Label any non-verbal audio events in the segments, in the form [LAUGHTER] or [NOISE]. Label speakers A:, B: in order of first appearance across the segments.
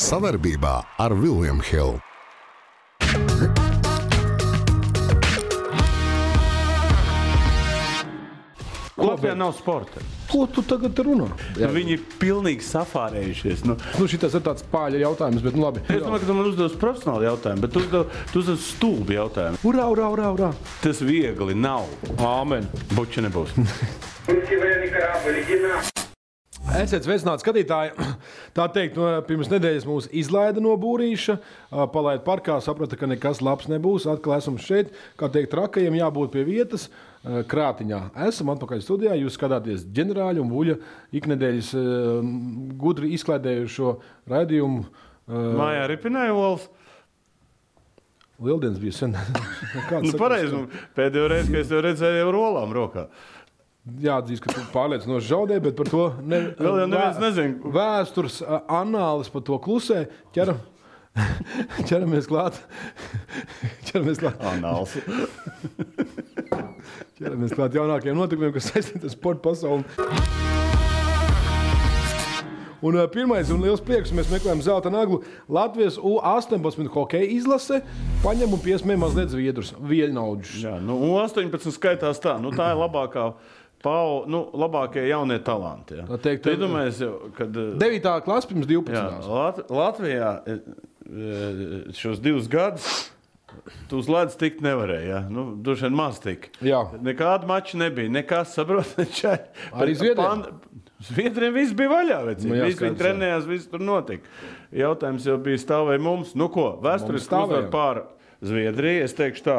A: Savarbībā ar Vilniem Hilu.
B: Latvijā nav sporta.
C: Ko tu tagad runā?
B: Nu, viņi ir pilnīgi safārējušies. Nu,
C: Nu, šis ir tāds pāļa jautājums, bet nu labi.
B: es domāju, ka tu man uzdos profesionāli jautājumu, bet tu uzdev, tu uzdev stulbi jautājumu.
C: Urā, urā, urā, urā.
B: Tas viegli nav.
C: Āmen.
B: Buči nebūs.
D: Будьте время корабль, иди на.
C: Esiet sveicināti, skatītāji. [CLEARS THROAT] Tā teikt, no pirms nedēļas mūs izlaida no būrīša, ā, palaida parkā, saprata, ka nekas labs nebūs. Atkal esam šeit, kā teikt, rakajiem jābūt pie vietas. ā, Krātiņā esam atpakaļ studijā. Jūs skatāties ģenerāļu un buļļa iknedēļas ā, gudri izklaidējušo raidījumu. ā,
B: Mājā ripināja olas.
C: Lieldienas bija sen. [LAUGHS] Kāds
B: Nu,
C: saka,
B: pareizi, nu, pēdējo reizi, kad es tevi redzēju, jau ar olām rokā.
C: Jāatzīst, ka tu pārliecinoši zaudēji, bet par to ne,
B: Vēl jau neviens nezin.
C: Vēstures ā, anālis par to klusē. Ķeram, [LAUGHS] ķeramies klāt. [LAUGHS] ķeramies klāt.
B: Anāls.
C: Ķeramies klāt jaunākajiem notikumiem, kas saistīti ar sporta pasauli. Un ā, pirmais un liels prieks, mēs meklējam zelta naglu. Latvijas U-18 hokeja izlase paņem un piesmē mazliet zviedrus, vieļnaudžus.
B: Jā, nu, un 18 skaitās tā. Nu, tā ir labākā. Pau, nu, labākie jaunie talanti. Ja.
C: Tā teikt,
B: Tu iedomājies, jau, kad, eh,
C: 9. klasa pirms
B: Jā,
C: 12.
B: Lat Latvijā e, e, šos divus gadus tu uz ledus tikt nevarēji. Ja? Nu, Dažreiz maz tik.
C: Jā.
B: Nekāda mača nebija. Nekas saprotiet, [LAUGHS] čai.
C: Arī
B: Bet
C: Zviedriem?
B: Zviedriem viss bija vaļā.
C: Nu
B: Nu, Visi
C: jā,
B: viņi
C: skaidrs, jā.
B: trenējās, viss tur notika. Jautājums jau bija stāvēja mums. Nu ko, vēsturiski
C: Mums
B: stāvēja
C: stāvēja.
B: pār Zviedriju. Es teikšu tā.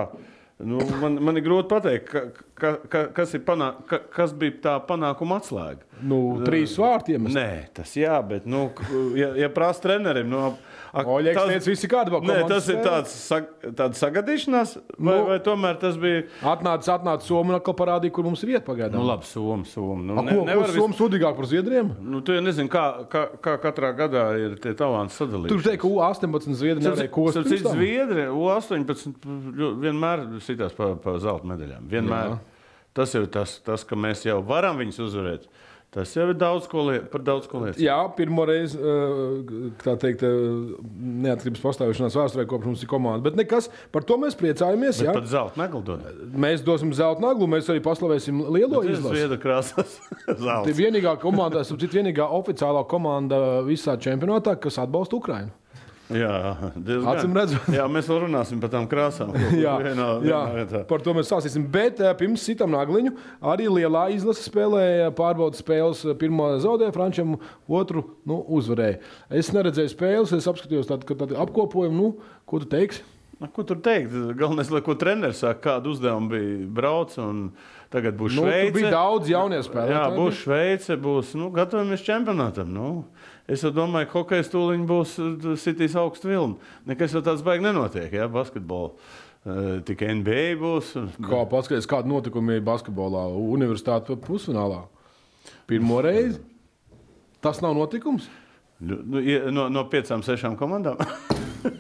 B: Nu, man, man ir grūti pateikt, ka, ka, ka, kas, ir panā, ka, kas bija tā panākuma atslēga.
C: Nu, trīs vārtiem.
B: Nē, tas jā, bet, nu, k- ja, ja prasa trenerim, nu, ak,
C: Oļegs teica, visi kārtībā,
B: Nē,
C: komandas
B: tas ir
C: spēlē.
B: tāds, sag, tāds sagadīšanās, vai,
C: Nu.
B: nu, vai tomēr tas bija.
C: Atnācis, atnācis Somija un atkal parādīja, kur mums ir vieta
B: Nu,
C: pagaidām.
B: labi, Somija. Soma. Nu,
C: A,
B: ne,
C: ko ne,
B: nevar
C: Somija
B: vis-
C: sudīgāk par Zviedriem?
B: nu, tu jau nezini, kā, kā, kā katrā gadā ir tie talanti sadalīti.
C: Tur teikt, ka U-18 Zviedrija
B: Starp
C: nevarēja kosmēt.
B: citu, Zviedri U-18 ļo- vienmēr sitās pa, pa zelta medaļām. Vienmēr. Tas ir tas, tas, ka mēs jau varam viņus uzvarēt. Tas jau ir daudz ko liet, par daudz ko lietu.
C: Jā, pirmo reizi, eh, tā teikt, eh, neatkarības pastāvēšanās vēsturē, kopš mums ir komanda. Bet nekas, par to mēs priecājamies. Jā.
B: Pat zelta medaļu.
C: Mēs dosim zelta naglu, mēs arī paslavēsim lielo
B: Tas ir
C: izlasi.
B: zviedru [LAUGHS] krāsas
C: Tā ir
B: zelta.
C: vienīgā komanda, [LAUGHS] tas ir vienīgā oficiālā komanda visā čempionātā, kas atbalsta Ukrainu.
B: Jā,
C: Acīm
B: diezgan.
C: redzot.
B: Jā, mēs vēl runāsim par tām krāsām.
C: [LAUGHS]
B: ko
C: Jā,
B: vienā,
C: jā,
B: vienā vietā.
C: par to mēs sāksim. Bet eh, pirms sitam nagliņu arī lielā izlase spēlēja pārbaudas spēles. eh, Pirmā zaudēja Frančiem, otru nu, uzvarēja. Es neredzēju spēles, es apskatījos tādu, ka tādu apkopojumu, nu, ko tu teiksi.
B: Nu, Ko tur teikt? Galvenais, lai ko treneris saka, kādu uzdevumu bija brauc un tagad būs
C: Nu, tur bija
B: Šveice.
C: daudz jaunie
B: Jā,
C: spēlētāji.
B: būs Šveice, būs. Nu, gatavojamies čempionātam. Nu. Es jau domāju, ka hokeja stūliņš būs uh, sitīs augstu vilni. Nekas jau tāds baigi nenotiek, ja basketbolā. Uh, Tikai NBA būs. un-
C: Kā paskatīties, kāda notikuma bija basketbolā, universitātes pusfinālā? Pirmo reizi. Tas nav notikums.
B: Nu, ie- No, no piecām, sešām komandām. [LAUGHS]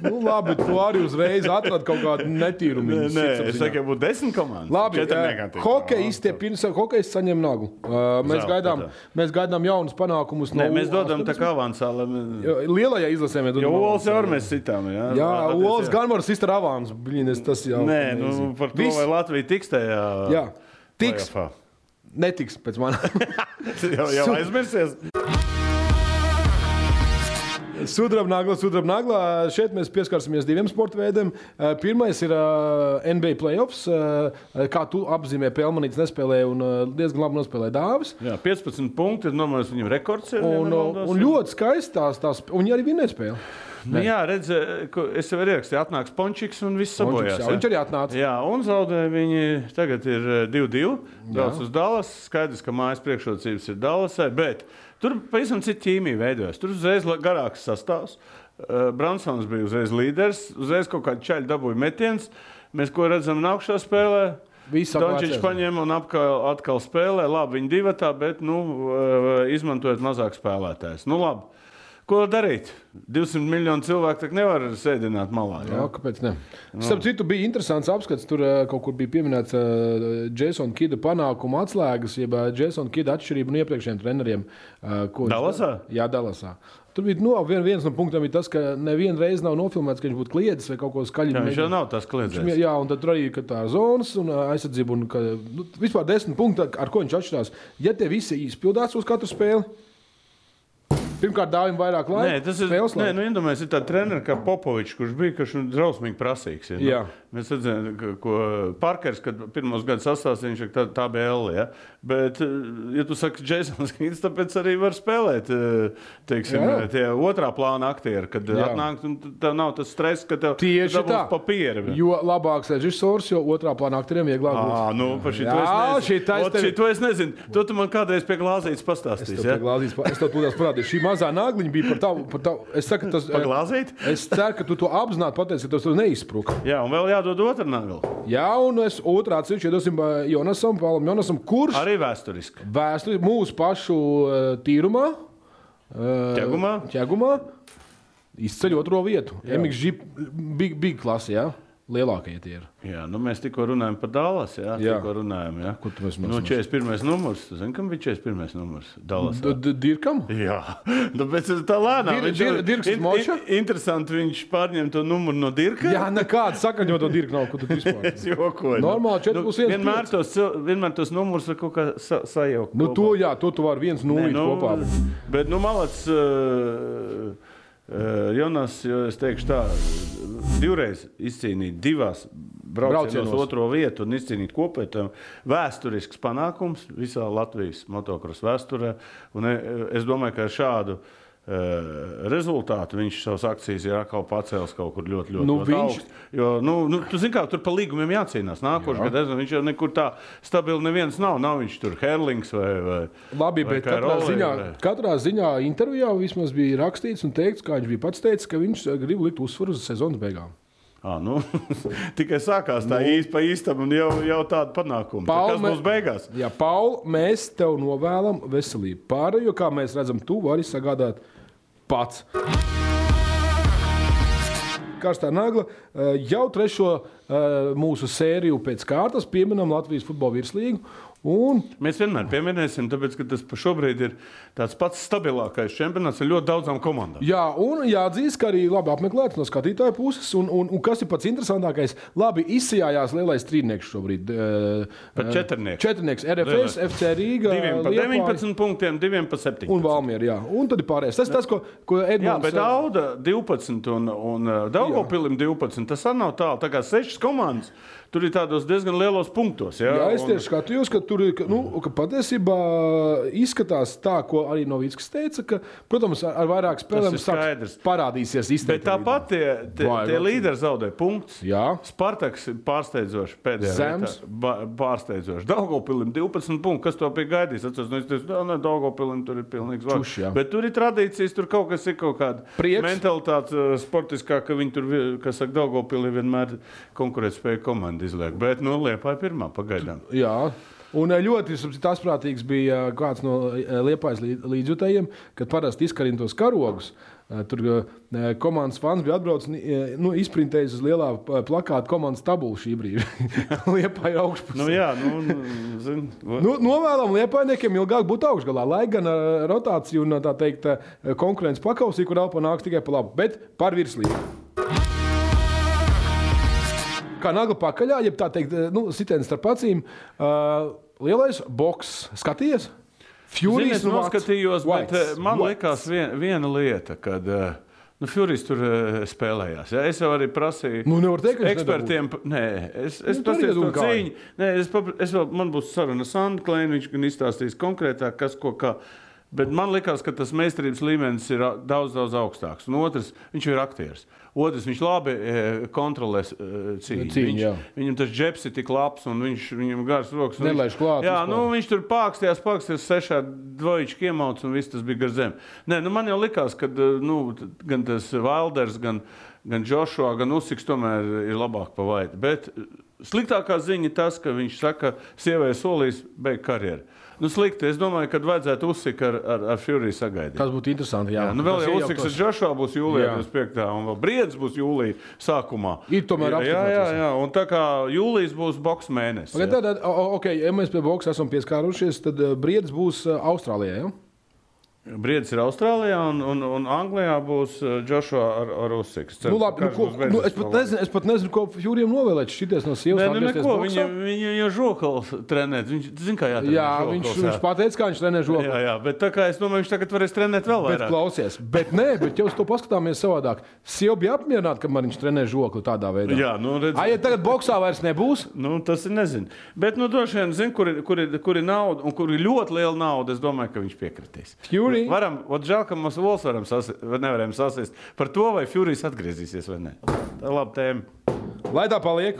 C: Nu, labi, tu arī uzreiz atradi kaut kādu netīrumu.
B: Nē, nē, es saku, ja būtu desmit komandas.
C: Labi,
B: četri negatīvi.
C: hokejs te pirms hokejs saņem nagu. Eh, Mēs
B: Zelta,
C: gaidām,
B: tā.
C: mēs gaidām jaunus panākumus.
B: Nē,
C: no
B: mēs dodam
C: U18.
B: tā kā avansā. Lai... mēs-
C: Jo Lielajā izlasē mēs
B: Jo
C: dodam.
B: olas
C: avansu.
B: jau ar mēs citām. Jā,
C: Jā,
B: Attiecībā.
C: Olas gan var sist ar avansu. Blin, es tas jau.
B: Nē, nu, par to,
C: Viss.
B: vai Latvija tiks tajā.
C: Jā, tiks,
B: playoffā. [LAUGHS]
C: netiks pēc manas.
B: jau, jau aizmirsies.
C: Sudrabnagla, sudrabnagla. Šeit mēs pieskarsimies diviem sporta veidiem. Eh, Pirmais ir eh, NBA playoffs. eh, Kā tu apzīmē, Pelmanīts nespēlēja un eh, diezgan labi nospēlēja dāvis.
B: Jā, 15 punkti ir nomājis viņam rekords. ja
C: Un, eh,
B: nemaldos.
C: un ļoti skaistās tās, un viņi arī vinnēja spēli.
B: Nu, jā, redziet, es jau ierakstīju, atnāks Pončiks un viss sabojās.
C: Pončiks, jā,
B: jā.
C: viņš arī atnāca.
B: Jā, un zaudēja viņi. Tagad ir eh, 2-2. Daudz uz Dallas. Skaidrs, ka mājas priekšrocības ir Dallasai, bet tur pavisam cita ķīmija veidojas. Tur uzreiz la- garāks sastāvs. Eh, Bransons bija uzreiz līderis, uzreiz kaut kāda čaļa dabūja metiens. Mēs ko redzam nākamajā spēlē.
C: Viss
B: Dončits
C: apvācies.
B: paņēma un apkal, atkal spēlē. Labi, viņi divi tā, bet nu, eh, izmantojot mazāk spēlētājs. Nu, labi. Ko darīt? 200 miljonu cilvēku tak nevar sēdināt malā.
C: Jā,
B: Jā?
C: kāpēc ne? Starp citu, bija interesants apskats. Tur eh, kaut kur bija pieminēts eh, Jasona Kida panākuma atslēgas, jeb eh, Jasona Kida atšķirība no iepriekšējiem treneriem. eh, ko viņš-
B: Dallasā?
C: Jā, Dalasā. Tur bija nu, vien, viens no punktiem, bija tas, ka nevienu reizi nav nofilmēts, ka viņš būtu kliedzis vai kaut ko skaļi.
B: Jā, viņš jau
C: mēģinājis.
B: nav tas kliedzējs.
C: Viņam, jā, un tad tur arī ir tā zonas un ā, aizsardzība. Un, ka, nu, vispār desmit punkti, ar ko viņš atšķirās. Ja tie visi izpildās uz katru spēli, pirmkārt, dāvim vairāk laika.
B: Nē, tas ir.
C: spēles
B: Nē,
C: laika.
B: nu, iedomājieties, ir tāds treneris kā Popovičs, kurš bija kurš nu, drausmīgi prasīgs. Ja, nu.
C: Jā.
B: Mēs redzējām, ka ko Parkers, kad pirmos gados sastāstīja, viņš ir tā, tā BL. Ja? Bet, eh, ja tu saki, Jasons Krīts, tāpēc arī var spēlēt eh, teiksim,
C: Jā.
B: eh, tie otrā plāna aktieri, kad
C: Jā.
B: atnāk, un t- tev nav tas stress, ka tev
C: Tieši
B: dabūs
C: tā.
B: papīri. vai?
C: Jo labāks režisors, jo otrā plānā aktieriem vieglāk
B: Ā,
C: būt.
B: nu, par šito
C: Jā,
B: es nezinu.
C: šitā es
B: Ot,
C: tevi-
B: šito es nezinu. To tu man kādreiz pie glāzītes pastāstīsi.
C: Es tev
B: ja?
C: glāzīšu, pa- es tev tūlīt parādīšu. Šī mazā nāgliņa bija par tavu. Par tavu. Es, saku, tas,
B: Pa glāzīt?
C: es ceru, ka tu to apzināti pateici, ka tas tev neizsprūka.
B: Jā, un vēl jādod otru naglu.
C: Jā, un es otrā ceļā iedosim ā, Jonasam, Pālam Jonasam, kurš
B: Arī vēsturiski.
C: vēsturi mūsu pašu ā, tīrumā, ā,
B: Ķegumā?
C: ķegumā izceļ otro vietu. MXG bija big klase, jā, lielākie tie ir.
B: Jā, nu mēs tikko runājam par Dālas. Jā,
C: Jā.
B: jā. tikko runājam. Jā.
C: Ko tu vairs
B: nu,
C: mazināsi?
B: 41. numurs. Tu zini, kam bija 41. numurs? Dālas.
C: D- D- Dirkam?
B: Jā, [LAUGHS] tāpēc es tā lēnām.
C: Nu, Dir-
B: viņš
C: Dir-
B: jau-
C: Dirks
B: in- in-
C: Moša?
B: Interesanti, viņš pārņem to numuru no Dirka. [LAUGHS]
C: Jā, nekāda sakaņa no to Dirka nav, ko tu vispār.
B: Es jokoju. nu.
C: Normāli 4 plus 1
B: Vienmēr tos, cil- vienmēr tos numurus var kaut kā sa sajaukt.
C: Nu,
B: kopā.
C: to, jā, to tu vari viens
B: Nē,
C: nulli
B: nu,
C: kopā.
B: Bet, nu, malāts, uh, uh, Jonas, jo es teikšu tā, divreiz izcīnīt divās braucienos
C: Braucienos.
B: otro vietu un izcīnīt kopēju tam vēsturisks panākums visā Latvijas motokros vēsturē. Un e, es domāju, ka ar šādu e, rezultātu viņš savas akcijas ir atkal pacēlis kaut kur ļoti, ļoti,
C: Nu,
B: ļoti
C: viņš-
B: augstu. Jo, nu, nu, tu zini, kā tur pa līgumiem jācīnās. Nākošais gads viņš jau nekur tā stabili neviens nav. Nav viņš tur Herlings vai, vai
C: Labi,
B: vai
C: bet katrā
B: Karoli
C: ziņā,
B: vai-
C: katrā ziņā intervijā vismaz bija rakstīts un teikts, kā viņš bija pats teicis, ka viņš eh, grib likt uzsvaru uz sezonas beigām.
B: Ā, nu, [LAUGHS] tikai sākās tā īsta pa īstam, un jau, jau tāda panākuma. Tā Kas
C: Nu. Palme-
B: mums beigās?
C: Jā, Paul, mēs tev novēlam veselību. Pārējo, kā mēs redzam, tu vari sagādāt pats. Karstā nagla eh, jau trešo eh, mūsu sēriju pēc kārtas pieminam Latvijas futbola virslīgu. Un
B: Mēs vienmēr pieminēsim, tāpēc, ka tas pa šobrīd ir tāds pats stabilākais čempionāts ar ļoti daudzām komandām.
C: Jā, un jāatzīst, ka arī labi apmeklēts no skatītāja puses. Un, un, un kas ir pats interesantākais, labi izsijājās lielais trīnieks šobrīd. eh,
B: Pat četrnieks.
C: Četrnieks, RFS,
B: Lielais.
C: FC Rīga,
B: Diviem pa
C: Liepāja
B: 19 punktiem, diviem pa 7.
C: un Valmiera. Jā, un tad ir pārējais. Tas tas, ko, ko Edmunds. eh,
B: Jā, bet Auda 12 un, un Dārgopilim 12. Tas arī nav tālu. Tā kā sešas komandas tur ir tādos diezgan lielos punktos. Jā,
C: Jā, es
B: un-
C: tieši skatījos, ka tur ir, ka, nu, ka patiesībā izskatās tā, ko arī Novīts teica, ka, protams, ar, ar vairāk spēlēm
B: ir
C: sāks-
B: skaidrs.
C: parādīsies
B: Bet
C: izteikti. nu.
B: tāpat tie, tie,
C: Vai,
B: tie
C: vai.
B: līderi zaudē punktus.
C: Jā.
B: Spartaks ir pārsteidzoši pēdējā.
C: Zems.
B: vietā. Ba- Pārsteidzoši. Daugopilim 12 punktus. Kas to bija gaidījis? Atceros, nu, es teicu, "Nā, nē, Daugopilim tur ir pilnīgs
C: Čuš, jā.
B: vārds. Bet tur ir tradīcijas, tur kaut kas ir kaut kāda
C: Prieks.
B: mentalitāte eh, sportiskā, ka viņi tur, vi- kas saka, Daugopilī vienmēr konkurētspēju komandu izliek. Bet, nu, Liepāja pirmā pagaidām.
C: Jā. Un eh, ļoti starp citu, asprātīgs bija eh, kāds no liepais līdzjutējiem, kad parasti izkarina tos karogus. Eh, Tur eh, komandas fans bija atbraucis, un, eh, nu, izprintējis uz lielā eh, plakāta komandas tabulu šī brīža. [LAUGHS] Liepa ir augšpusē.
B: Nu, jā, nu, nu,
C: [LAUGHS]
B: zin, va-
C: Nu, novēlam liepainiekiem ilgāk būt augšgalā, lai gan eh, rotācija un eh, tā teikt, eh, konkurence pakausī, kur elpa nāks tikai pa labu, bet par virslību. Kā nagla pakaļā, jeb tā teikt, eh, nu, sitiens starp acīm. eh, Lielais boks, skaties!
B: Zini,
C: Furijas
B: Es noskatījos, bet eh, man
C: liekas,
B: likās vien, viena lieta, kad eh, nu, Furijas tur eh, spēlējās. Jā. Es jau arī prasīju
C: Nu, nevar teikt, ka viņš
B: ekspertiem, pa- nē, es, es
C: Nu, tu arī
B: prasīju to
C: nedabūji kāju.
B: cīņu. Nē, es, papra- es vēl, man būs saruna ar Sandu Klēnu, viņš gan izstāstīs konkrētāk, kas ko kā. Bet man liekas, ka tas meistarības līmenis ir ā, daudz, daudz augstāks. Un otrs, viņš jau ir aktieris. Otrs, viņš labi eh, kontrolē eh, cīņu.
C: Cīņu,
B: viņš,
C: jā.
B: viņam tas džeps ir tik labs, un viņš, viņam garas rokas. un
C: Nelaiž
B: viņš-
C: klāt
B: Jā,
C: vispār.
B: nu, Viņš tur pākstījās, pākstījās sešā dvojiņķa iemauts, un viss tas bija gar zem. Nē, nu, man jau likās, ka nu, t- gan tas Valders, gan, gan Joshua, gan Usiks tomēr ir labāk pa eh, vaidu. Bet sliktākā ziņa ir tas, ka viņš saka, ka sievai solīs beigt karjeru. Nu, slikti. Es domāju, ka vajadzētu uzsikt ar, ar, ar Furiju sagaidīt.
C: Tas būtu interesanti. Jā,
B: Nu, vēl
C: Tas
B: jau
C: iejauktos.
B: Usiks ar Džošā būs jūlijā
C: Jā.
B: 25. un vēl Briedz būs jūlijā sākumā.
C: Ir tomēr
B: jā,
C: apstiprināts
B: jā,
C: visam.
B: jā, un tā kā jūlijas būs boks mēnesis.
C: Pagad,
B: jā.
C: tad, okay, ja mēs pie boxa esam pieskārušies, tad eh, briedis būs eh, Austrālijā. Ja?
B: Briedz ir Austrālijā un, un, un Anglijā būs uh, Džošā ar, ar Usiks. Ceru,
C: Nu, labi,
B: ka
C: nu,
B: karš
C: ko,
B: būs beidzies
C: nu, es, pat
B: vēl
C: nezinu, es pat nezinu, ko Jurijam novēlēt. Šities no sievas
B: Nē, nu
C: atgriezties
B: neko,
C: boksā.
B: viņa, viņa jau žokals trenēt. Viņš, zin, kā jātrenē
C: Jā,
B: žokals,
C: viņš,
B: jā.
C: viņš pateica, kā viņš trenē žogu.
B: Jā, jā, bet tā kā es domāju, viņš tagad varēs trenēt vēl
C: Bet
B: vairāk.
C: klausies, bet nē, bet jau uz to paskatāmies savādāk. Sieva bija apmierināta, ka man viņš trenē žokli tādā veidā.
B: Jā, nu redz.
C: Ai, ja tagad boxā vairs nebūs,
B: Nu, tas ir nezinu. Bet, nu, droši vien, zinu, kur, ir- kur, ir- kur ir nauda un kur ir ļoti liela nauda. Es domāju, ka viņš piekritīs.
C: Fury?
B: Varam, ot, žēl, ka mums Vols varam sas, nevarējām sasist par to, vai Furijas atgriezīsies vai nē. Tā ir laba tēma.
C: lai tā paliek,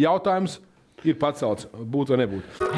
C: jautājums ir pacelts. Būtu vai nebūtu.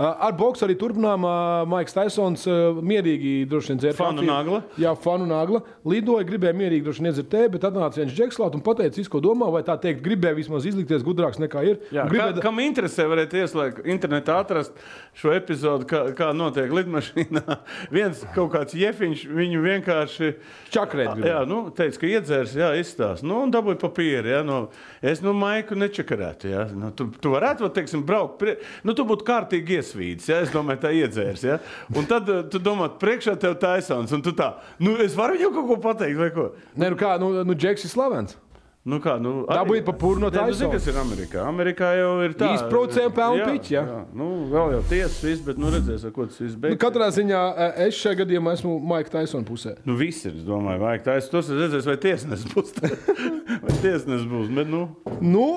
C: Ar boxu arī turpinām. ā, Maiks Taisons ā, mierīgi droši vien dzēra
B: Fanu
C: kafiju.
B: nagla.
C: Jā, fanu nagla. Lidoja, gribēja mierīgi droši vien iedzert tēju, bet tad nāca viens džekslāts un teica, visu, ko domā, vai tā teikt, gribēja vismaz izlikties gudrāks nekā ir.
B: Jā,
C: Un
B: gribētu...
C: gribēja-
B: kā, kam interesē, varētu ieslēgt internetā, atrast šo episodu, kā, kā notiek lidmašīnā. [LAUGHS] Viens kaut kāds jefiņš viņu vienkārši.
C: Čakrēt, gribēja.
B: Jā, nu, teica, ka iedzērs, jā, izstāsta. Nu, un dabūja papīru, jā, no, es nu maiku nečakarētu, jā. Nu, tu, tu varētu, vat, teiksim, braukt, prie... nu, tu būtu kārtīgi iesvīdis, jā, es domāju, tā iedzērs, jā. Un tad eh, tu domā, priekšā tev taisons, un tu tā, nu, es varu viņam kaut ko pateikt, vai ko?
C: Nē, nu kā, nu, nu Džeks ir slavens.
B: Nu kā, nu,
C: Dabūji pa purnu no
B: Nē, nu, zini,
C: Tysons.
B: kas ir Amerikā? Amerikā jau ir tā.
C: 3% pelnu
B: Jā,
C: piķi, jā.
B: jā. Nu, vēl jau tiesas, viss, bet, nu, redzēs, ar ko tas viss
C: Nu,
B: beigs.
C: katrā ziņā ā, es šajā gadījumā esmu Maika Taisona pusē.
B: Nu, viss ir, es domāju, vajag tā. Es tos redzēs, vai tiesnes būs. [LAUGHS] vai tiesnes būs, bet, nu.
C: Nu,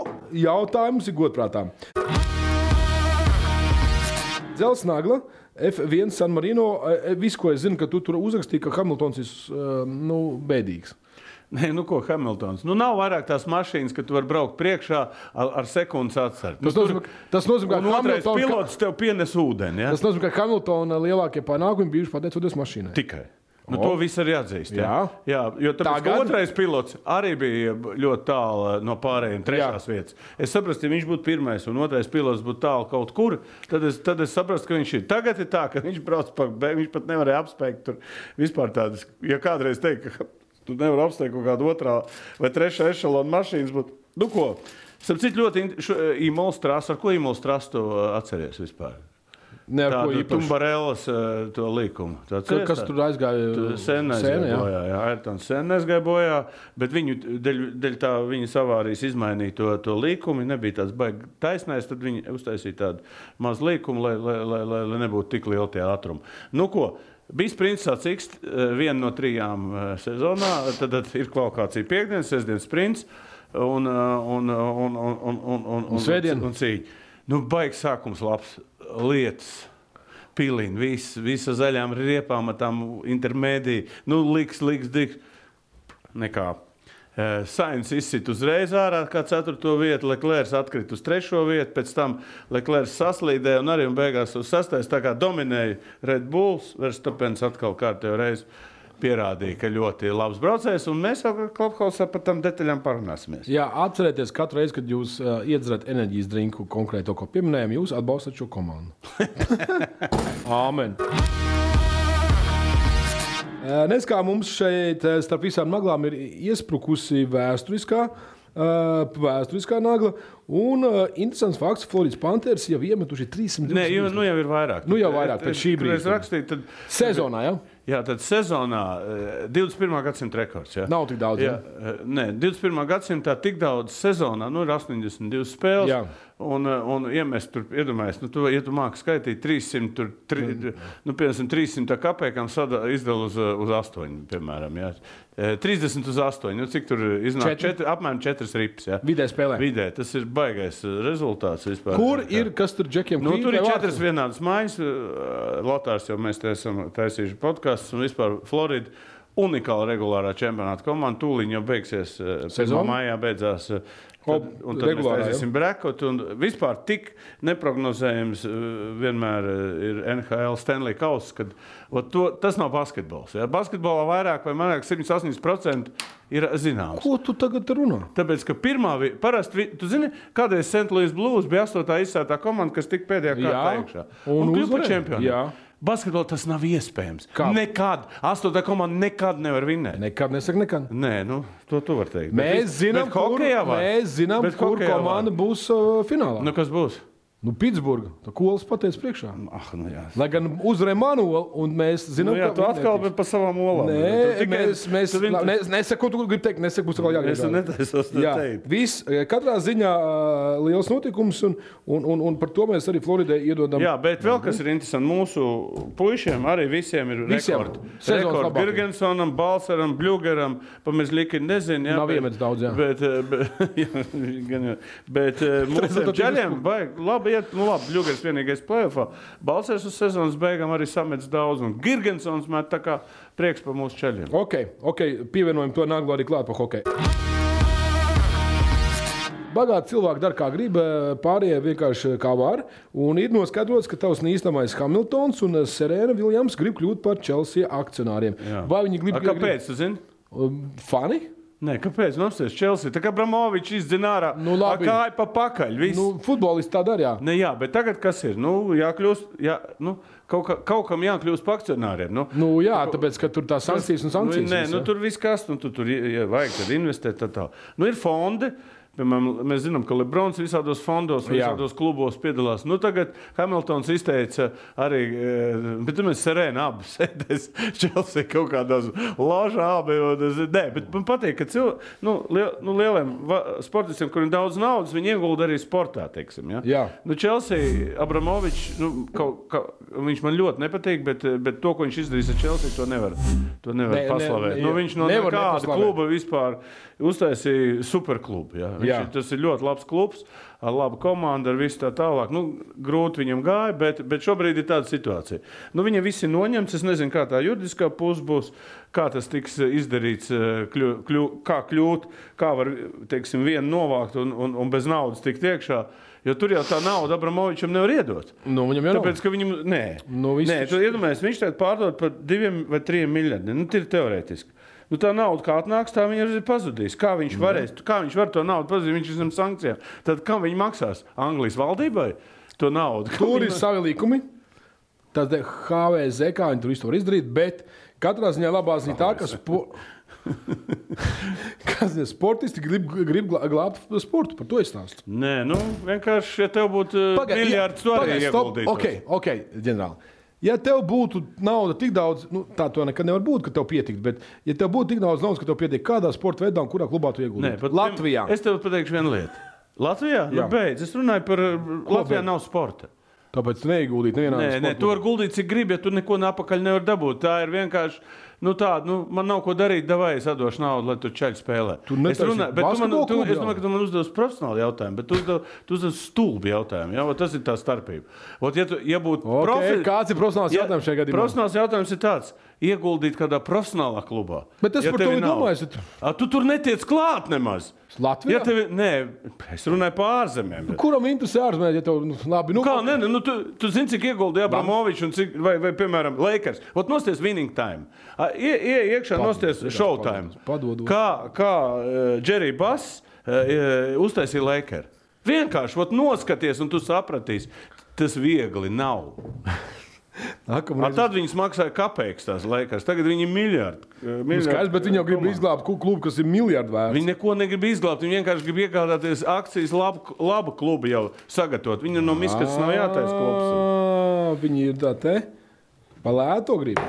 C: jautājums ir godprātām. Zelsa nagla. F1 San Marino, ā, viss, ko es zinu, ka tu tur uzrakstīji, ka Hamiltons ir ā, nu, bēdīgs.
B: Nē, nu ko Hamiltons. Nu, nav vairāk tās mašīnas, ka tu vari braukt priekšā ar, ar sekundes atcerību.
C: Tas nozīmē, tas nozīmē,
B: Nu, Un
C: ka
B: otrais
C: Hamiltons-
B: pilots tev pienes ūdeni. Ja?
C: Tas nozīmē, ka Hamiltona lielākie panākumi bijuši pateicoties mašīnai.
B: Tikai. Nu, to viss ir jāatzīst. Jā,
C: Jā.
B: jā jo tāpēc,
C: Tagad-
B: Tagad... otrais pilots arī bija b- ļoti tālu eh, no pārējiem, trešās jā. vietas. Es saprotu, ja viņš būtu pirmais un otrais pilots būtu tālu kaut kur, tad es, tad es saprotu, ka viņš ir. Tagad ir tā, ka viņš brauc pa be- viņš pat nevarēja apspēkt tur vispār tādas. Ja kādreiz teikt, ka [LAUGHS] tu nevari apspēkt kaut kādu otrā vai trešā ešalona mašīnas, bet nu ko? Sapratu, ļoti int- šo, eh, Imols trāsu, ar ko Imols trāsu tu eh, atceries vispār?
C: Ne ar ko
B: Tādu
C: īpaši.
B: tumbarēlas eh, to līkumu. Tu
C: Ka,
B: atceries
C: kas
B: tādu?
C: tur aizgāja?
B: Senais
C: Sena,
B: gāja
C: jā.
B: bojā, jā, Ayrtons Senais gāja bojā, bet viņu dēļ, dēļ tā viņa savārijas izmainīja to, to līkumu, nebija tāds baigi taisnais, tad viņi uztaisīja tādu mazu līkumu, lai, lai, lai, lai, lai nebūtu tik liela tie ātrumi. Nu ko, Bijis princis X, viena no trijām eh, sezonā, tad, tad ir kvalifikācija piekdienas, sestdienas princis un, eh, un, un, un, un, un, un, un
C: svētdien?
B: Un cīņa. Nu, baigs sākums labs, lietas. Pilīna, viss, visa zaļām riepām, ar tām intermediju. Nu, liks, liks, diks. Nekā. Eh, Sainz izsita uzreiz ārā, kā 4. vietu, Leclerc atkrita uz 3. vietu, pēc tam Leclerc saslīdēja un arī un beigās uz 6. Tā kā dominēja Red Bulls, Verstapens atkal kārtējo reizi pierādīja, ka ļoti labs braucējs, un mēs jau klubhausā par tām detaļām parunāsimies.
C: Jā, atcerieties, katru reizi, kad jūs uh, iedzerat enerģijas drinku konkrēto, ko pieminējām, jūs atbalstat šo
B: [LAUGHS]
C: komandu. Amen! Eh, Nes kā mums šeit eh, starp visām naglām ir iesprūkusi vēsturiskā, eh, vēsturiskā nagla. Un eh, interesants fakts, ka Floridas Panthers jau iemetuši 300
B: Nē, jau, nu jau ir vairāk.
C: Nu jau vairāk,
B: Tad,
C: pēc šī
B: kad Es
C: brīža.
B: rakstīju, tad
C: sezonā. Ja?
B: Jā, tad sezonā eh, 21. gadsimta rekords. Jā.
C: Nav tik daudz,
B: Jā, eh, nē, 21. gadsimta tik daudz sezonā, nu ir 82 spēles.
C: Jā.
B: Un, eh, un iemest tur, iedomājieties, nu, tu, ja tu māki skaitīt 300, tur, tri, nu, piemēram, 300 kapekām sada- izdala uz, eh, uz 8, piemēram. Jā. Eh, 30 uz 8, nu, cik tur iznāk?
C: Četri?
B: Četri, apmēram 4 rips. Jā.
C: Vidē spēlē.
B: Vidē tas ir baigais eh, rezultāts vispār.
C: Kur
B: Jā.
C: ir kas tur džekiem?
B: Nu,
C: Queen
B: tur ir
C: vai
B: četras e,
C: Vārts?
B: vienādas mājas. Latvijas jau mēs te esam taisījuši podkāstus un vispār Floridu. unikāla regulārā čempionāta komanda. Tūlīt jau beigsies eh,
C: Sezona?
B: pirmā maijā, beidzās. eh,
C: Hop,
B: Tad, un tad mēs
C: regulārā, jā.
B: redzēsim brekot. un Vispār tik neparedzējams vienmēr eh, ir NHL Stanley Kauss, kad ot to, tas nav basketbols. Ja? Basketbolā vairāk vai mazāk 780% ir zināms.
C: Ko tu tagad runā?
B: Tāpēc, ka pirmā, vi- parasti, vi- tu zini, kādreiz St. Louis Blues bija 8. izsētā komanda, kas tika pēdējā kārtā
C: Jā.
B: iekšā.
C: Un
B: kļuva par
C: uzvarēja.
B: čempionu.
C: Jā.
B: Basketbolā tas nav iespējams.
C: Kā?
B: Kā? Nekad. 8. komanda nekad nevar vinēt. Ne.
C: Nekad nesaka, nekad.
B: Nē, nu, to tu vari teikt. Bet
C: Mēs
B: vis-
C: zinām,
B: bet
C: kur,
B: hokejā var.
C: mēs zinām,
B: Bet
C: kur
B: hokejā var.
C: komanda būs uh, finālā.
B: Nu,
C: Nu,
B: kas būs?
C: nu Pitsburgā. Tā kolas pateicis priekšā.
B: Ah, nu, jā.
C: Lai gan uzvarēja Manuela, un mēs
B: Nu,
C: zinām,
B: jā,
C: ka
B: tu atkal biji pa savām olām.
C: Nē,
B: Tu tikai-
C: mēs, mēs
B: tu vien-
C: ne, nesakām, ko tu gribi teikt. Nesakām, būs vēl
B: Es
C: jāgriež.
B: netaisos to
C: Jā,
B: teikt.
C: viss, eh, katrā ziņā eh, liels notikums, un, un, un, un par to mēs arī Floridai iedodam.
B: Jā, bet vēl kas ir interesanti, mūsu puišiem arī visiem ir
C: Visiem.
B: rekords.
C: Sezonas labākie.
B: Gergensonam, Balsaram, Bļūgaram, Pamizlīgi nezinu. Jā,
C: Nav iemetis daudz, jā.
B: Bet, eh, bet, [LAUGHS] jā, gan jau. bet
C: [LAUGHS]
B: eh, mūsu
C: Rezultāti
B: ģeļiem vajag labi iet, nu labi, Bļūgars vienīgais plēfā. Balsars uz sezonas beigām arī samets daudz, un Gergensons met tā kā prieks par mūsu ķeļiem.
C: Ok, ok, pievienojam to nāklu arī klāt par hokeju. Bagāti cilvēki dara, kā grib, eh, pārējie vienkārši kā var. Un ir noskaidrots, ka tavs īstamais Hamiltons un eh, Serena Viljams grib kļūt par Chelsea akcionāriem. Jā. Vai viņi grib
B: A, Kāpēc? Tu zini?
C: grib- Fani?
B: Nē, kāpēc? Nu, apstāties Chelsea. Tā kā Bramovičs izdzina ārā,
C: Nu, labi.
B: kā ir pa pakaļ. Viss.
C: Nu, futbolisti tā dara, jā.
B: Ne, jā, bet tagad kas ir? Nu, jākļūst, jā, nu, kaut, ka, kaut kam jākļūst par akcionāriem. Nu.
C: Nu, jā, tāpēc, ka tur tā sankcijas un sankcijas.
B: Nē,
C: viss,
B: nu,
C: jā.
B: tur viss kas, nu, tu, tur ja ja vajag tad investēt. Tā, tā. Nu, ir fondi. Piemēram, mēs zinām, ka Lebrons visādos fondos,
C: Jā.
B: visādos klubos piedalās. Nu, tagad Hamiltons izteica arī, eh, bet tur mēs serēni abi [LAUGHS] sēdēs Chelsea kaut kādās ložā abi. un es- Nē, bet man patīk, ka cilvēki, nu, liel, nu, lieliem va- sportistiem, kuriem daudz naudas, viņi iegulda arī sportā, teiksim. Ja?
C: Jā.
B: Nu, Chelsea, Abramovičs, nu, kaut, kaut, viņš man ļoti nepatīk, bet, eh, bet to, ko viņš izdarīs ar Chelsea, to nevar, to nevar
C: Ne- ne-
B: nevar paslavēt.
C: ne-
B: nu, viņš no
C: nevar
B: kāda
C: nepaslavēt.
B: kluba vispār uztaisīja superklubu. Ja? Viņš,
C: Jā.
B: ir- Tas ir ļoti labs klubs, ar labu komandu, ar visu tā tālāk. Nu, grūti viņam gāja, bet, bet šobrīd ir tāda situācija. Nu, viņa visi noņemts. Es nezinu, kā tā juridiskā puse būs, kā tas tiks eh, izdarīts, eh, kļu, kļu, kā kļūt, kā var teiksim, vienu novākt un, un, un bez naudas tikt iekšā. Jo tur jau tā nauda Abramovičam nevar iedot.
C: Nu, viņam jau
B: Tāpēc, ka viņam, nē,
C: Nu,
B: nu,
C: viss
B: nē tu iedomājies, viņš tagad pārdod par diviem vai trim miljardiem. Nu, tie ir teorētiski. Nu, tā nauda, kā atnāks, tā viņa arī pazudīs. Kā viņš,
C: Nu.
B: varēs, kā viņš var to naudu pazudīt, viņš ir zem sankcijām. Tad kam viņi maksās? Anglijas valdībai to naudu. Kam
C: Tur
B: viņi
C: ir savi līkumi. Tad eh, HVZ, kā viņi tur visu var izdarīt, bet katrā ziņā labā ziņa tā, ka spo... [LAUGHS] Kas, ne, sportisti grib, grib glā- glābt sportu. Par to es stāstu.
B: Nē, nu, vienkārši, ja tev būtu eh,
C: Pagaid, jā,
B: miljards, to arī
C: pagaid, stop.
B: ieguldītu.
C: Ok, ok, ģenerāli. Ja tev būtu nauda tik daudz, nu, tā to nekad nevar būt, ka tev pietiktu. Bet, ja tev būtu tik daudz naudas, ka tev pietiek kādā sporta veidā un kurā klubā tu
B: Nē,
C: ieguldītu?
B: pat-
C: Latvijā.
B: Es tev pateikšu vienu lietu. Latvijā?
C: Jā.
B: Nu, beidz. Es runāju par. eh, Latvijā
C: beidz?
B: nav sporta.
C: Tāpēc tu neieguldīji nevienā
B: Nē, nē,
C: sporta
B: to
C: klubā.
B: var guldīt, cik gribi, ja tur neko no apakaļ nevar dabūt. Tā ir vienkārši. Nu tā, nu, man nav ko darīt, devai es atdošu naudu, lai tu čaļ spēlē.
C: Tu
B: es
C: netaisi
B: runāju, bet tu man,
C: basketbola
B: tu,
C: klubu,
B: es
C: jā?
B: domāju, ka tu man uzdos profesionālu jautājumu, bet tu uzdos, tu uzdos stulbu jautājumu. Jā, Vot tas ir tā starpība. Ot, ja, tu, ja būtu
C: Ok,
B: profi-
C: kāds ir profesionāls jautājums šajā gadījumā?
B: Profesionāls jautājums ir tāds. Ieguldīt kādā profesionālā klubā.
C: Bet es par
B: tev
C: to
B: ir
C: arī
B: nauda.
C: domāju, es tur-
B: A, Tu tur netiec klāt nemaz.
C: Latvijā?
B: Ja tev, ir- nē, es runāju par ārzemēm.
C: Kuram interesē ārzemēs, ja tev nu, labi? Nu,
B: Kā, nē, nē, nu, tu, tu zini, cik ieguldīja Abramovičs un cik, vai, vai, piemēram, Lakers. Ot, nosties winning time. A, Ie, ie iekšā nosties showtime.
C: padodos.
B: Kā, kā uh, Jerry Bass uh, uztaisīja Lakers. Vienkārši, ot, noskaties un tu sapratīsi. Tas viegli nav. A,
C: Nākamreiz.
B: tad viņas maksāja kapeiks tās laikas. Tagad viņi ir miljardi. eh,
C: Nu,
B: miljardi
C: Skaidrs, bet viņi jau grib
B: komandu.
C: izglābt ku- klubu, kas ir miljardu vērts.
B: Viņi neko negrib izglābt. Viņi vienkārši grib iegādāties akcijas, labu, labu klubu jau sagatavot. Viņam no miskas nav jātaisa klubs.
C: Ā, Ah, Viņi ir tā te. Palēto grib.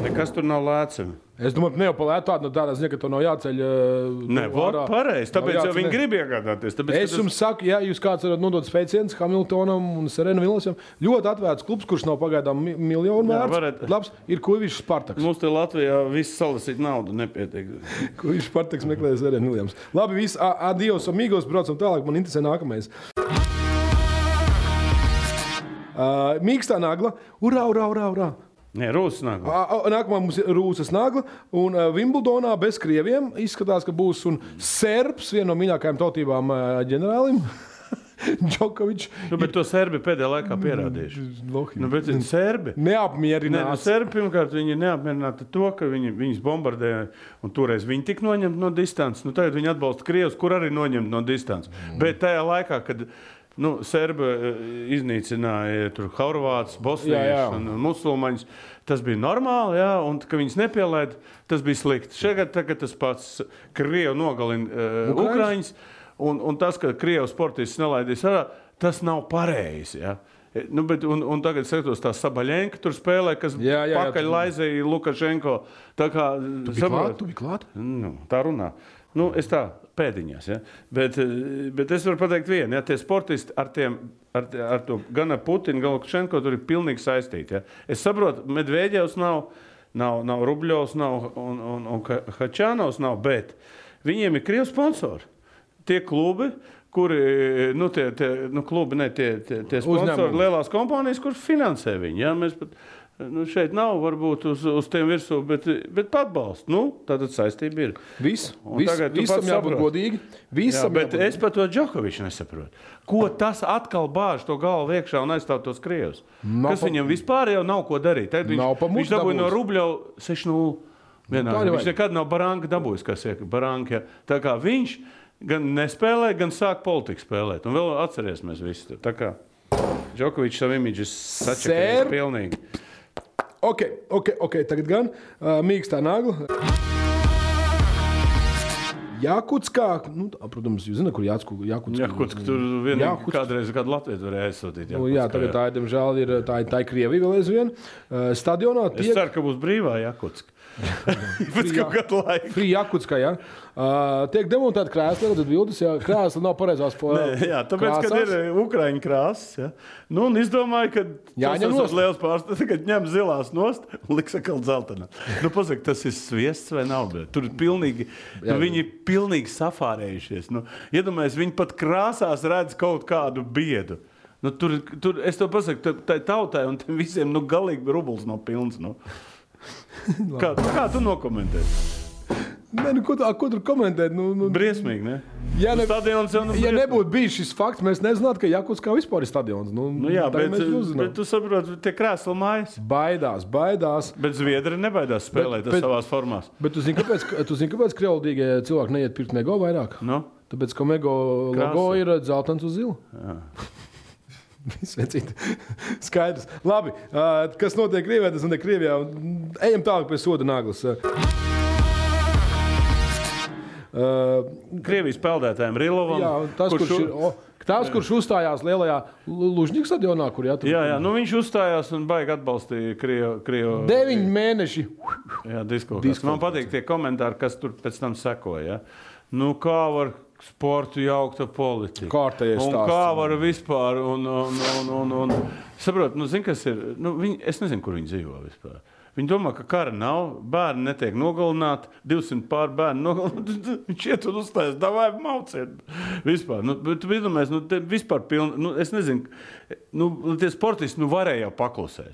B: Nekas tur nav lēcami.
C: Es domāju, ne jau palēto tādu, nu, tādā ziņā, ka to nav jāceļ. ā,
B: Nē,
C: nu,
B: vot,
C: ārā.
B: pareizi.
C: Nav
B: Tāpēc jau
C: jāceļ,
B: viņi
C: ne.
B: grib iegādāties. Tāpēc,
C: Es
B: ka
C: jums saku, ja jūs kāds varat nodot sveicienus Hamiltonam un Serenu Vilniusam, ļoti atvērts klubs, kurš nav pagaidām mi- miljonu
B: Jā,
C: vērts.
B: varat.
C: Labs, ir Kovičs Spartaks.
B: Mums te Latvijā viss salasīt naudu nepietiek.
C: Kurš patiks meklējis Serenu Viljams? Labi, viss, a- adios, amigos, braucam tālāk. Man interesē nākamais. Uh, mīkstā nagla. Urā, urā, urā! urā.
B: Nē, Rūsas nāk.
C: Ā, ā, Nākamā mums ir Rūsas nagla. Un uh, Vimbldonā bez krieviem izskatās, ka būs un serbs, viena no mīļākajām tautībām uh, ģenerālim. [LAUGHS] Džokovičs.
B: Nu, bet to serbi pēdējā laikā pierādījuši.
C: Lohi.
B: Nu, bet viņi serbi. Nē, no
C: Neapmierināts.
B: serbi pirmkārt viņi ir neapmierināti ar to, ka viņi viņus bombardē. un Toreiz viņi tika noņemti no distances. Nu, tagad viņi atbalsta Krievus, kur arī noņemti no distances. Mm. Bet tajā laikā, kad nu, serbi eh, iznīcināja tur Horvātus,
C: Jā, jā.
B: Bosnijas un musulmaņus, tas bija normāli. Jā, un ka viņus nepielaida, tas bija slikti. Šogad tagad tas pats Krievs nogalina uh,
C: Ukrainas?
B: Ukraiņus. Un, un tas, ka krievis sportists nelaidīs ārā, tas nav pareizi. Ja? E, Nu, bet, un, un tagad skatos, tā Sabaļņēnka tur spēlē, kas
C: Jā, jā, jā,
B: pakaļ
C: tu-
B: laizēja Lukašenko. Tā kā saprot-
C: Tu biji klāt?
B: Nu, tā runā. Nu, es tā pēdiņās, ja? bet, eh, bet es varu pateikt vienu. Ja? Tie sportisti ar, tiem, ar, te- ar to gan ar Putinu, gan Lukašenko tur ir pilnīgi saistīti. Ja? Es saprotu, Medvedevs nav, nav, nav Rubļovs, nav un, un, un Ka- Hačānovs, nav, bet viņiem ir krievi sponsori. Tie klubi, kuri, nu, tie, tie, nu klubi, ne tie, tie, tie sponsori,
C: Uzņēmumi.
B: lielās kompānijas, kuras finansē viņu. Ja? Mēs pat, nu, šeit nav varbūt uz, uz tiem virsū, bet, bet atbalsta. Nu, tātad saistība ir.
C: Viss,
B: Un
C: viss
B: tagad tu
C: visam
B: pats
C: jābūt
B: saproti.
C: godīgi.
B: Jā,
C: Visam
B: bet
C: jābūt-
B: es par to Džokoviču nesaprotu. Ko tas atkal bāž to galvu iekšā un aizstāv tos krievus?
C: Nav
B: Kas
C: pa-
B: viņam vispār jau nav ko darīt? Tad viņš,
C: Nav pa mušu
B: viņš dabūja no
C: dabūjis.
B: rubļa 6-0.
C: Tā
B: vienalga.
C: jau
B: Viņš
C: vajag.
B: nekad nav baranka dabūjis, kas ir baranka. Tā kā viņš gan nespēlē, gan sāk politiku spēlēt. Un vēl atcerēsimies visu. to. Tā kā Džokovičs savu imidžu sačakāja
C: Sēr-
B: pilnīgi.
C: Ok, ok, ok. Tagad gan uh, mīkstā nagla. Jākutskā, nu, tā, protams, jūs zināt, kur Jākutskā.
B: Jā,
C: Jākutskā.
B: kaut kas tur vienīgi
C: Jakutsk.
B: kādreiz kādu Latviju varēja aizsūtīt.
C: Nu, jā, tagad tā ir, diemžēl, ir, tā ir, tā ir Krievija vēl aizvien. Uh, Stadionā
B: Es
C: tiek
B: ceru, ka būs brīvā
C: [LAUGHS]
B: Jakutska. Pēc kaut kāda laika.
C: Frijākutskā, jā. Uh, tiek demontēta krēsla, redzat, bildes, jā, krēsla nav pareizās formās.
B: Jā, tāpēc, kad ir ukrāņu krāsa, ja? nu, un es domāju, ka tas
C: Jāņem nost.
B: ir liels pārsteigums. [LAUGHS] Tagad ņem zilās nost un liks atkal zeltainā. Nu, pasak, tas ir sviests vai nav? Bet? Tur ir pilnīgi, nu, viņi ir pilnīgi safārējušies. Nu, Iedomājieties, viņi pat krāsās redz kaut kādu biedu. Nu, tur, tur, es to pasaku, tā- tai tautai un tiem visiem nu, galīgi rublis nav pilns.
C: [LAUGHS]
B: Nu. Kā, kā tu nokomentēji?
C: Nē, nu, ko, tā, ko tur komentēt? Nu, nu,
B: Briesmīgi, ne?
C: Ja ne-
B: Stadions jau nu,
C: ja
B: briesmīgi.
C: nebūtu bijis šis fakts, mēs nezinātu, ka Jākutskā vispār ir stadions. Nu,
B: Nu, jā, bet,
C: tagad mēs uzzinām.
B: bet tu saproti, tie krēsli mājas.
C: Baidās, baidās.
B: Bet zviedri nebaidās spēlēt bet,
C: Bet- bet-
B: savā formā.
C: Bet tu zini, kāpēc, tu zini, kāpēc krievlīgie cilvēki neiet pirkt mego vairāk?
B: Nu?
C: Tāpēc, ka mego logo
B: Krāsa.
C: ir zeltains uz zila. [LAUGHS] Viss vecīt. [LAUGHS] Skaidrs. Labi, ā, kas notiek Krievijā, tas notiek Krievijā. Un, mm, Ejam tālāk pie soda naglas. Ā,
B: Krievijas peldētājiem Rilovam.
C: Jā, un tas, kurš, kurš, ir, o, tas, kurš uzstājās lielajā Lužņikas stadionā, kur jāatrod.
B: Jā, jā, nu viņš uzstājās un baigi atbalstīja Krievu. Krievu
C: Deviņi mēneši.
B: jā, diskokās. Man patīk tie komentāri, kas tur pēc tam sekoja. Nu, kā var sportu jaukt ar politiku?
C: Kārtējais
B: Un
C: stāsts.
B: Kā var vispār? Un, un, un, un, un. Saprot, nu, zin, kas ir? Nu, viņi, es nezinu, kur viņi dzīvo vispār. Viņi domā, ka kara nav, bērni netiek nogalināti, 200 pār bērnu nogalināti. [LAUGHS] Viņš iet un uzstājas, davai mauciet. Vispār, nu, bet tu iedomājies, nu, te vispār pilni, nu, es nezinu, nu, tie sportisti, nu, varēja jau paklusēt.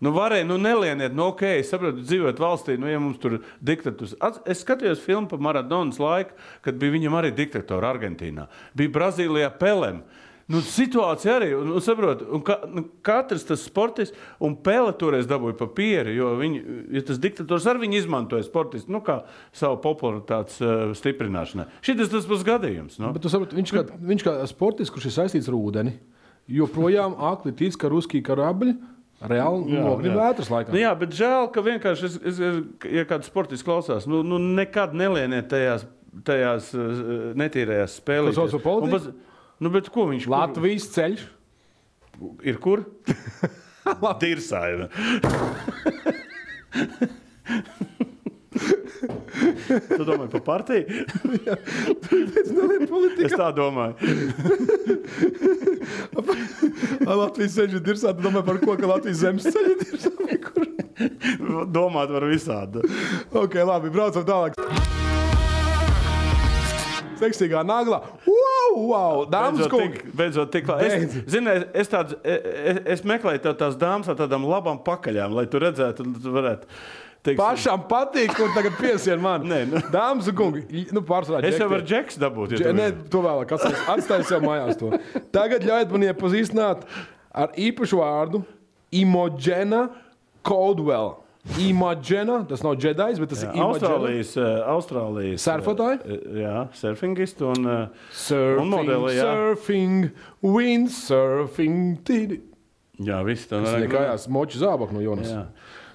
B: Nu, varēja, nu, nelieniet, nu, ok, es saprotu, dzīvot valstī, nu, ja mums tur ir diktators. Ats- Es skatījos filmu par Maradonas laiku, kad bija viņam arī diktatori Argentīnā. Bija Brazīlijā Pelēm. Nu, situācija arī, un, un saprot, un ka, nu, katrs tas sportists, un Pēle toreiz dabūja papīru, jo viņi, ja tas diktators arī viņu izmantoja sportistu, nu, kā savu popularitātes uh, stiprināšanai. Šis tas būs gadījums. Nu.
C: Bet tu saproti, viņš, kā- viņš kā sportists, kurš ir saistīts ar ūdeni, joprojām akli tic, ka Ruskija karabļi reāli nogrim vētras laikā.
B: Nu, jā, bet žēl, ka vienkārši, es, es, es, ja kāds sportists klausās, nu, nu nekad nelieniet tajās, tajās eh, netīrajās spēlēs.
C: sauc par politiku?
B: Nu, bet ko viņš
C: Latvijas ceļš.
B: kur, ir?
C: [LAUGHS]
B: Kur? Tīrsājuma. tu domā par partiju? Nu, es tā domāju.
C: [LAUGHS] Latvijas ceļš ir dirzā, tad domāju par ko, ka Latvijas zemes ceļš ir dirzā.
B: Domāt var visādi.
C: Ok, labi, braucam tālāk. Seksīgā nagla. Wow! wow! Dāmas
B: Beidzot
C: un
B: tik-
C: kungi!
B: Beidzot, tik labi. Es,
C: Beidz.
B: zini, es- es, tāds, e- es, es meklēju tev tās dāmas ar tādām labām pakaļām, lai tu redzētu, un tu varētu. Teiksim,
C: Pašam patīk, un tagad piesien man.
B: Nē, nu.
C: Dāmas un kungi, nu pārsvarā.
B: Es jau
C: ģektie.
B: varu džeks dabūt. Ja
C: Dž-
B: tu
C: Nē,
B: gribi.
C: to vēlāk. atstās- Atstāj sev mājās to. Tagad ļaujiet man iepazīstināt ar īpašu vārdu Imogena Coldwell. Imogena, tas nav Jedi, bet tas ir Imogena.
B: Austrālijas, eh, Austrālijas eh,
C: Surfotāji?
B: eh, Jā, surfingisti un, eh, un
C: Surfing,
B: modeli. Jā,
C: surfing, windsurfing, tīri.
B: jā viss tā
C: Tas
B: nav.
C: ir kājās moči zābak no Jonas.
B: nu- Jā.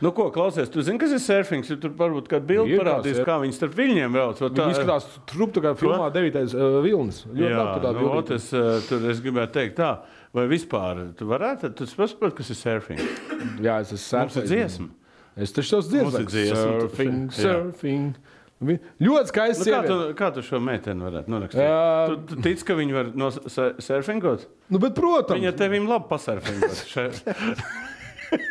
B: Nu, ko klausies? Tu zini, kas ir surfings? Ja tur varbūt kāda bilde
C: Nu, Ir tās,
B: parādīs,
C: jā.
B: kā viņi starp viļņiem velc. vai tā
C: Viņa
B: ir?
C: izskatās trupta, kā filmā 9. Uh, vilnis. Ļoti
B: Jā,
C: labi, ka tā
B: nu, ot,
C: bija.
B: es, eh, tur es gribētu teikt tā. Vai vispār tu varētu, tu saproti, kas ir surfings?
C: Jā, es esmu
B: Mums ir
C: sērfējis.
B: dziesma.
C: Es taču tos
B: Mums ir
C: dziesmu.
B: dziesma, tu-
C: Surfing,
B: jā.
C: surfing. Vi- Ļoti
B: Nu,
C: skaisti.
B: kā, tu, kā tu šo meiteni varētu norakstīt?
C: Jā.
B: Tu, tu tici, ka viņi var no sa- surfingot?
C: Nu, bet, protams,
B: Viņa tevīm labi
C: [LAUGHS]
B: pasurfingot. Še-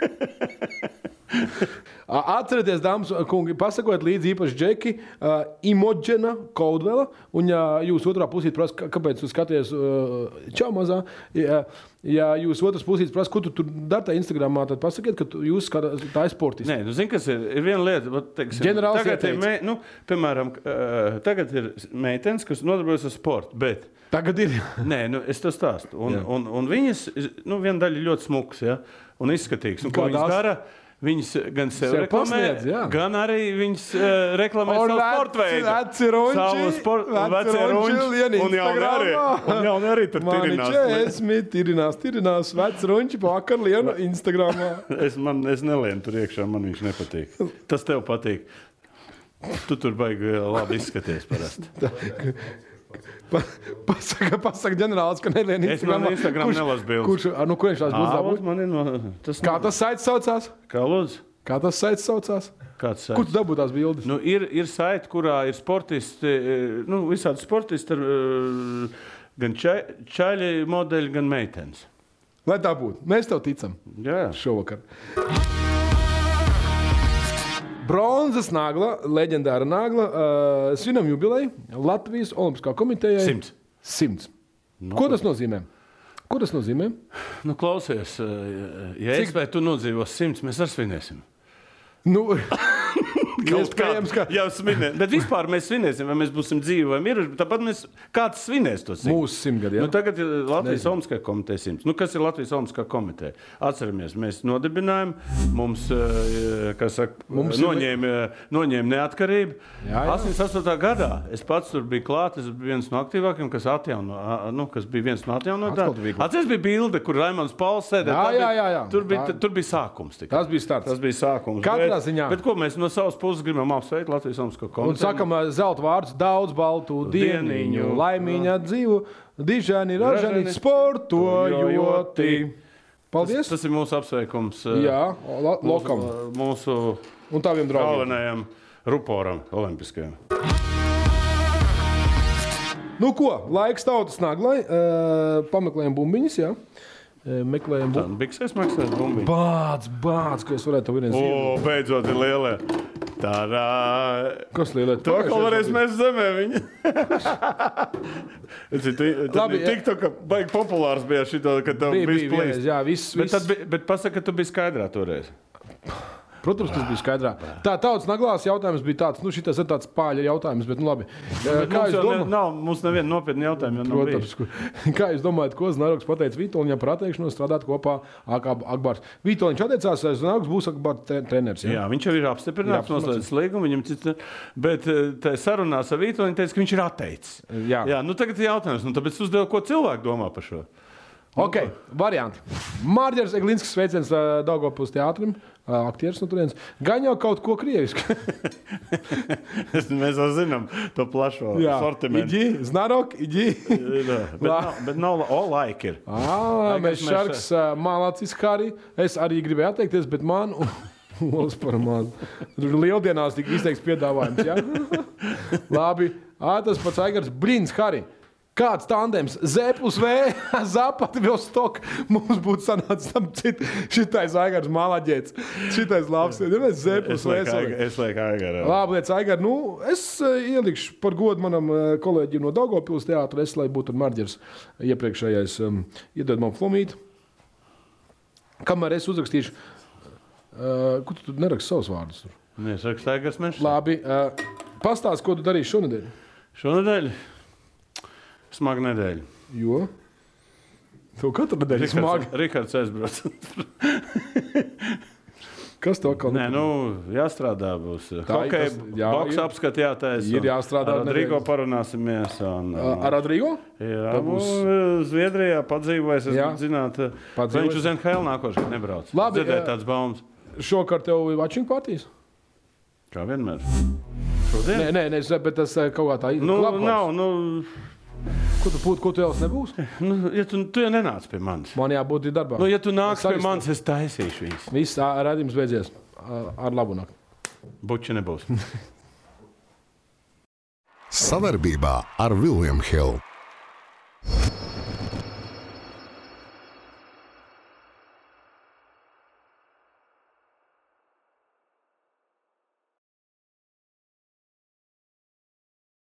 C: A- Atcerieties, dāmas un kungi, pasakiet līdzi īpaši Džeki, uh, Imogena Kaudvela. Un, ja jūs otrā pusē prasat, "Kā- kāpēc jūs skatāties uh, čau mazā, ja, ja jūs otrs pusē prasat, ko tu tur dari tajā Instagramā, tad pasakiet, ka tu, jūs skatāties tā ir sportisti.
B: Nē, nu, zini, kas ir, ir viena lieta. vat, Teiksim,
C: Ģenerālis
B: tagad ir,
C: ieteica.
B: mei, nu, piemēram, k- eh, tagad ir meitenes, kas nodarbojas ar sportu. Bet,
C: Tagad ir.
B: nē, nu, es to stāstu. Un, un, un viņas, nu, viena daļa ir ļoti smukas ja, un izskatīgas. Un, ko
C: Kā
B: viņas
C: tās?
B: dara? Viņas gan sev,
C: Sev
B: sev reklamē,
C: pasniedz, jā.
B: gan arī viņas uh, reklamē
C: Un
B: savu
C: veci-
B: sporta veidu.
C: veci runči,
B: savu sporta
C: veci
B: veidu,
C: runči lien
B: un jauni arī,
C: Instagramā.
B: un jauni arī tur
C: Mani
B: tirinās.
C: čēsmi, tirinās, tirinās, vecs runči pavakar lienu Instagramā.
B: Es, man, es nelienu tur iekšā, man viņš nepatīk. Tas tev patīk. Tu tur baigi eh, labi izskaties parasti.
C: Pa, pasaka, pasaka ģenerālis, ka nelien
B: Es man Instagram nelasu bildes.
C: Kurš, ar- nu, kurš tās būs
B: Ā, vot
C: dabūt?
B: man ir no- Tas
C: Kā
B: nav-
C: tas saits saucās?
B: Kā lūdzu?
C: Kā tas saits saucās?
B: Kāds
C: Kur tu
B: sajūta?
C: dabūji tās bildes?
B: Nu, ir, ir saite, kurā ir sportisti, e, nu, visādi sportisti, ar, e, gan čai- čaļi modeļi, gan meitenes.
C: Lai tā būtu. Mēs tev ticam
B: Jā,
C: šovakar. Bronzas nagla, leģendāra nagla, uh, svinam jubileju Latvijas Olimpiskā komitejai.
B: Simts.
C: Simts. Ko tas nozīmē? Ko tas nozīmē?
B: nu, klausies, e, ja Cik... es
C: Cik-
B: vai tu nodzīvos simts, mēs ar svinēsim.
C: Nu,
B: Kaut
C: iespējams,
B: kā-
C: ka
B: Jau svinēsim. Bet vispār mēs svinēsim, vai mēs būsim dzīvi vai miruši. bet Tāpat mēs kāds svinēs to simts.
C: mūsu simtgadē.
B: Nu, tagad ir Latvijas Olimpiskā komiteja. simts. Nu, kas ir Latvijas Olimpiskā komiteja? Atceramies, mēs nodibinājām, mums, eh, kā saka,
C: Mums
B: mums
C: ir-
B: noņēma, eh, noņēma neatkarību.
C: Jā, jā.
B: 88. gadā es pats tur biju klāts. Es biju viens no aktīvākajiem, kas, atjauno, a- nu, kas bija viens no
C: Atkal tu biji
B: atjaunotājiem.
C: klāt.
B: Atceries, bija bilde, kur Raimons Pauls sēdēja.
C: Jā,
B: Tā bija-
C: jā, jā, jā.
B: Tur bija,
C: Tā-
B: tur bija sākums. tikai.
C: Tas bija starts.
B: Tas bija sākums.
C: Katrā
B: bet,
C: ziņā.
B: Bet ko mēs no savas puses gribam apsveikt Latvijas Olimpisko komiteju?
C: Un sakām, zelta vārds, daudz baltu dienu,
B: Dieniņu.
C: laimīga dzīve, dižani, ražani,
B: Ražani,
C: sportojoti.
B: sportojoti. Tas,
C: Paldies!
B: tas ir mūsu apsveikums. eh,
C: Jā, la-
B: Mūsu,
C: lokam
B: mūsu
C: un taviem draugiem.
B: galvenajam ruporam, Olimpiskajam.
C: Nu ko, laiks tautas naglai, eh, pameklējam bumbiņas, jā. Eh, Meklējam
B: Tā
C: bumbiņas.
B: nu biksēs maksās bumbiņu.
C: Bāc, bāc, ka es varētu tev vienreiz. iedot.
B: O, beidzot ir lielie. Tā rā.
C: Kas lielēt?
B: To, ko varēs mēs zemē viņa.
C: Labi,
B: Labi,
C: jā.
B: tik to, ka baigi populārs bija šī to, ka tev
C: Bija, bija
B: bija
C: vienreiz,
B: plīs.
C: jā, viss,
B: Bet,
C: viss.
B: tad bija- bet pasaka, ka tu biji skaidrā toreiz.
C: Protams, tas bija skaidrā. Tā tautas naglās jautājums bija tāds, nu šitas ir tāds pāļa jautājums, bet nu labi. Eh,
B: Bet
C: Kā
B: mums
C: jūs
B: jau ne-
C: domājat?
B: nav, mums neviena nopietna jautājuma. jau nav
C: Protams, kur, [LAUGHS] kā jūs domājat, ko Znaurgs pateica Vitoņam par atteikšanos strādāt kopā ar Akbāru? Vitoņš atteicās, ka Znaurgs būs Akbārs treneris.
B: Jā, viņš jau ir apstiprināts,
C: Jā,
B: noslēdzis līgumu. Viņam cits, bet eh, tajā sarunā ar Vītu viņš teica, ka viņš ir atteicis.
C: Jā.
B: Jā nu tagad ir jautājums, nu, tāpēc uzdevu, ko cilvēki domā par [LAUGHS] šo.
C: Ok, varianti. Mārķis Eglinskis sveiciens Dāngopus teātrim, ā, aktieris no turienes. Gan jau kaut ko krievisku.
B: Mēs jau zinām to plašo sortimentu.
C: Iģi, Znaurgs, Iģi.
B: Jā, Bet
C: La-
B: nav, bet nav la- o, laika ir.
C: Ā,
B: Laikam
C: mēs
B: mēs-
C: šarks ā, mālācis kā arī. Es arī gribēju atteikties, bet man. [LAUGHS] Olas par mazu. Tur lieldienās [LAUGHS] tika izteikts piedāvājums. Ja? Labi, Ā, tas pats Aigars Brīns, Harī. Kāds tandems, zepus [LAUGHS] vai zapati vēl stok, mums būtu sanācis tam citam. Šitais aigars malaģēts, šitais labs. Nevis zepus
B: Es
C: vai
B: lieku Aiga- es lieku Aigaram.
C: Labi, liec, Aigar, nu, es eh, ielikšu par godu manam eh, kolēģim no Dārgopils teātra, es lai būtu marģers iepriekšējais, um, iedod man flomīti. Kamēr es uzrakstīšu, uh, kur tu tur neraksti savus vārdus? Tur?
B: Nē, es rakstu Aigars Mežs.
C: Labi, uh,
B: e.
C: pastāsti, ko tu darīsi šonadēļ.
B: Šonadēļ smaga nedēļa.
C: Jo? Tev katru nedēļu ir smagi.
B: Rikards- Rikards aizbrauc. [LAUGHS]
C: Kas tev atkal
B: Nē, nu, jāstrādā būs.
C: Tā ir
B: Hokeja
C: tas- jā,
B: boks
C: ir-
B: apskati jātaisa.
C: ir jāstrādā
B: Ar Rodrigo
C: nedēļas.
B: parunāsimies. Un, um,
C: Ar Rodrigo?
B: jā,
C: tā
B: būs...
C: būs-
B: Zviedrijā padzīvojis. Es
C: Jā.
B: gribu zināt, vai
C: Padzīvojis?
B: viņš uz NHL nākošais gadu nebrauc.
C: Labi, eh,
B: Dzirdēt
C: jā.
B: tāds baumas.
C: Šokart tev ir watching partijas?
B: Kā vienmēr. Šodien?
C: Nē, nē, nē, es- bet tas eh, kaut kā tā ir.
B: Nu,
C: Clubhouse.
B: nav, nu,
C: Ko tu, būtu- ko tu else nebūsi?
B: nu, ja tu, tu jau nenāc pie manis.
C: Man jābūt darbā.
B: Nu, ja tu nāc pie
C: Saristam.
B: manis, es taisīšu viņus.
C: Viss redzējums beidzies Ā, ar labu nakti.
B: Buči nebūs.
A: Savarbībā ar Vilnius Hilu.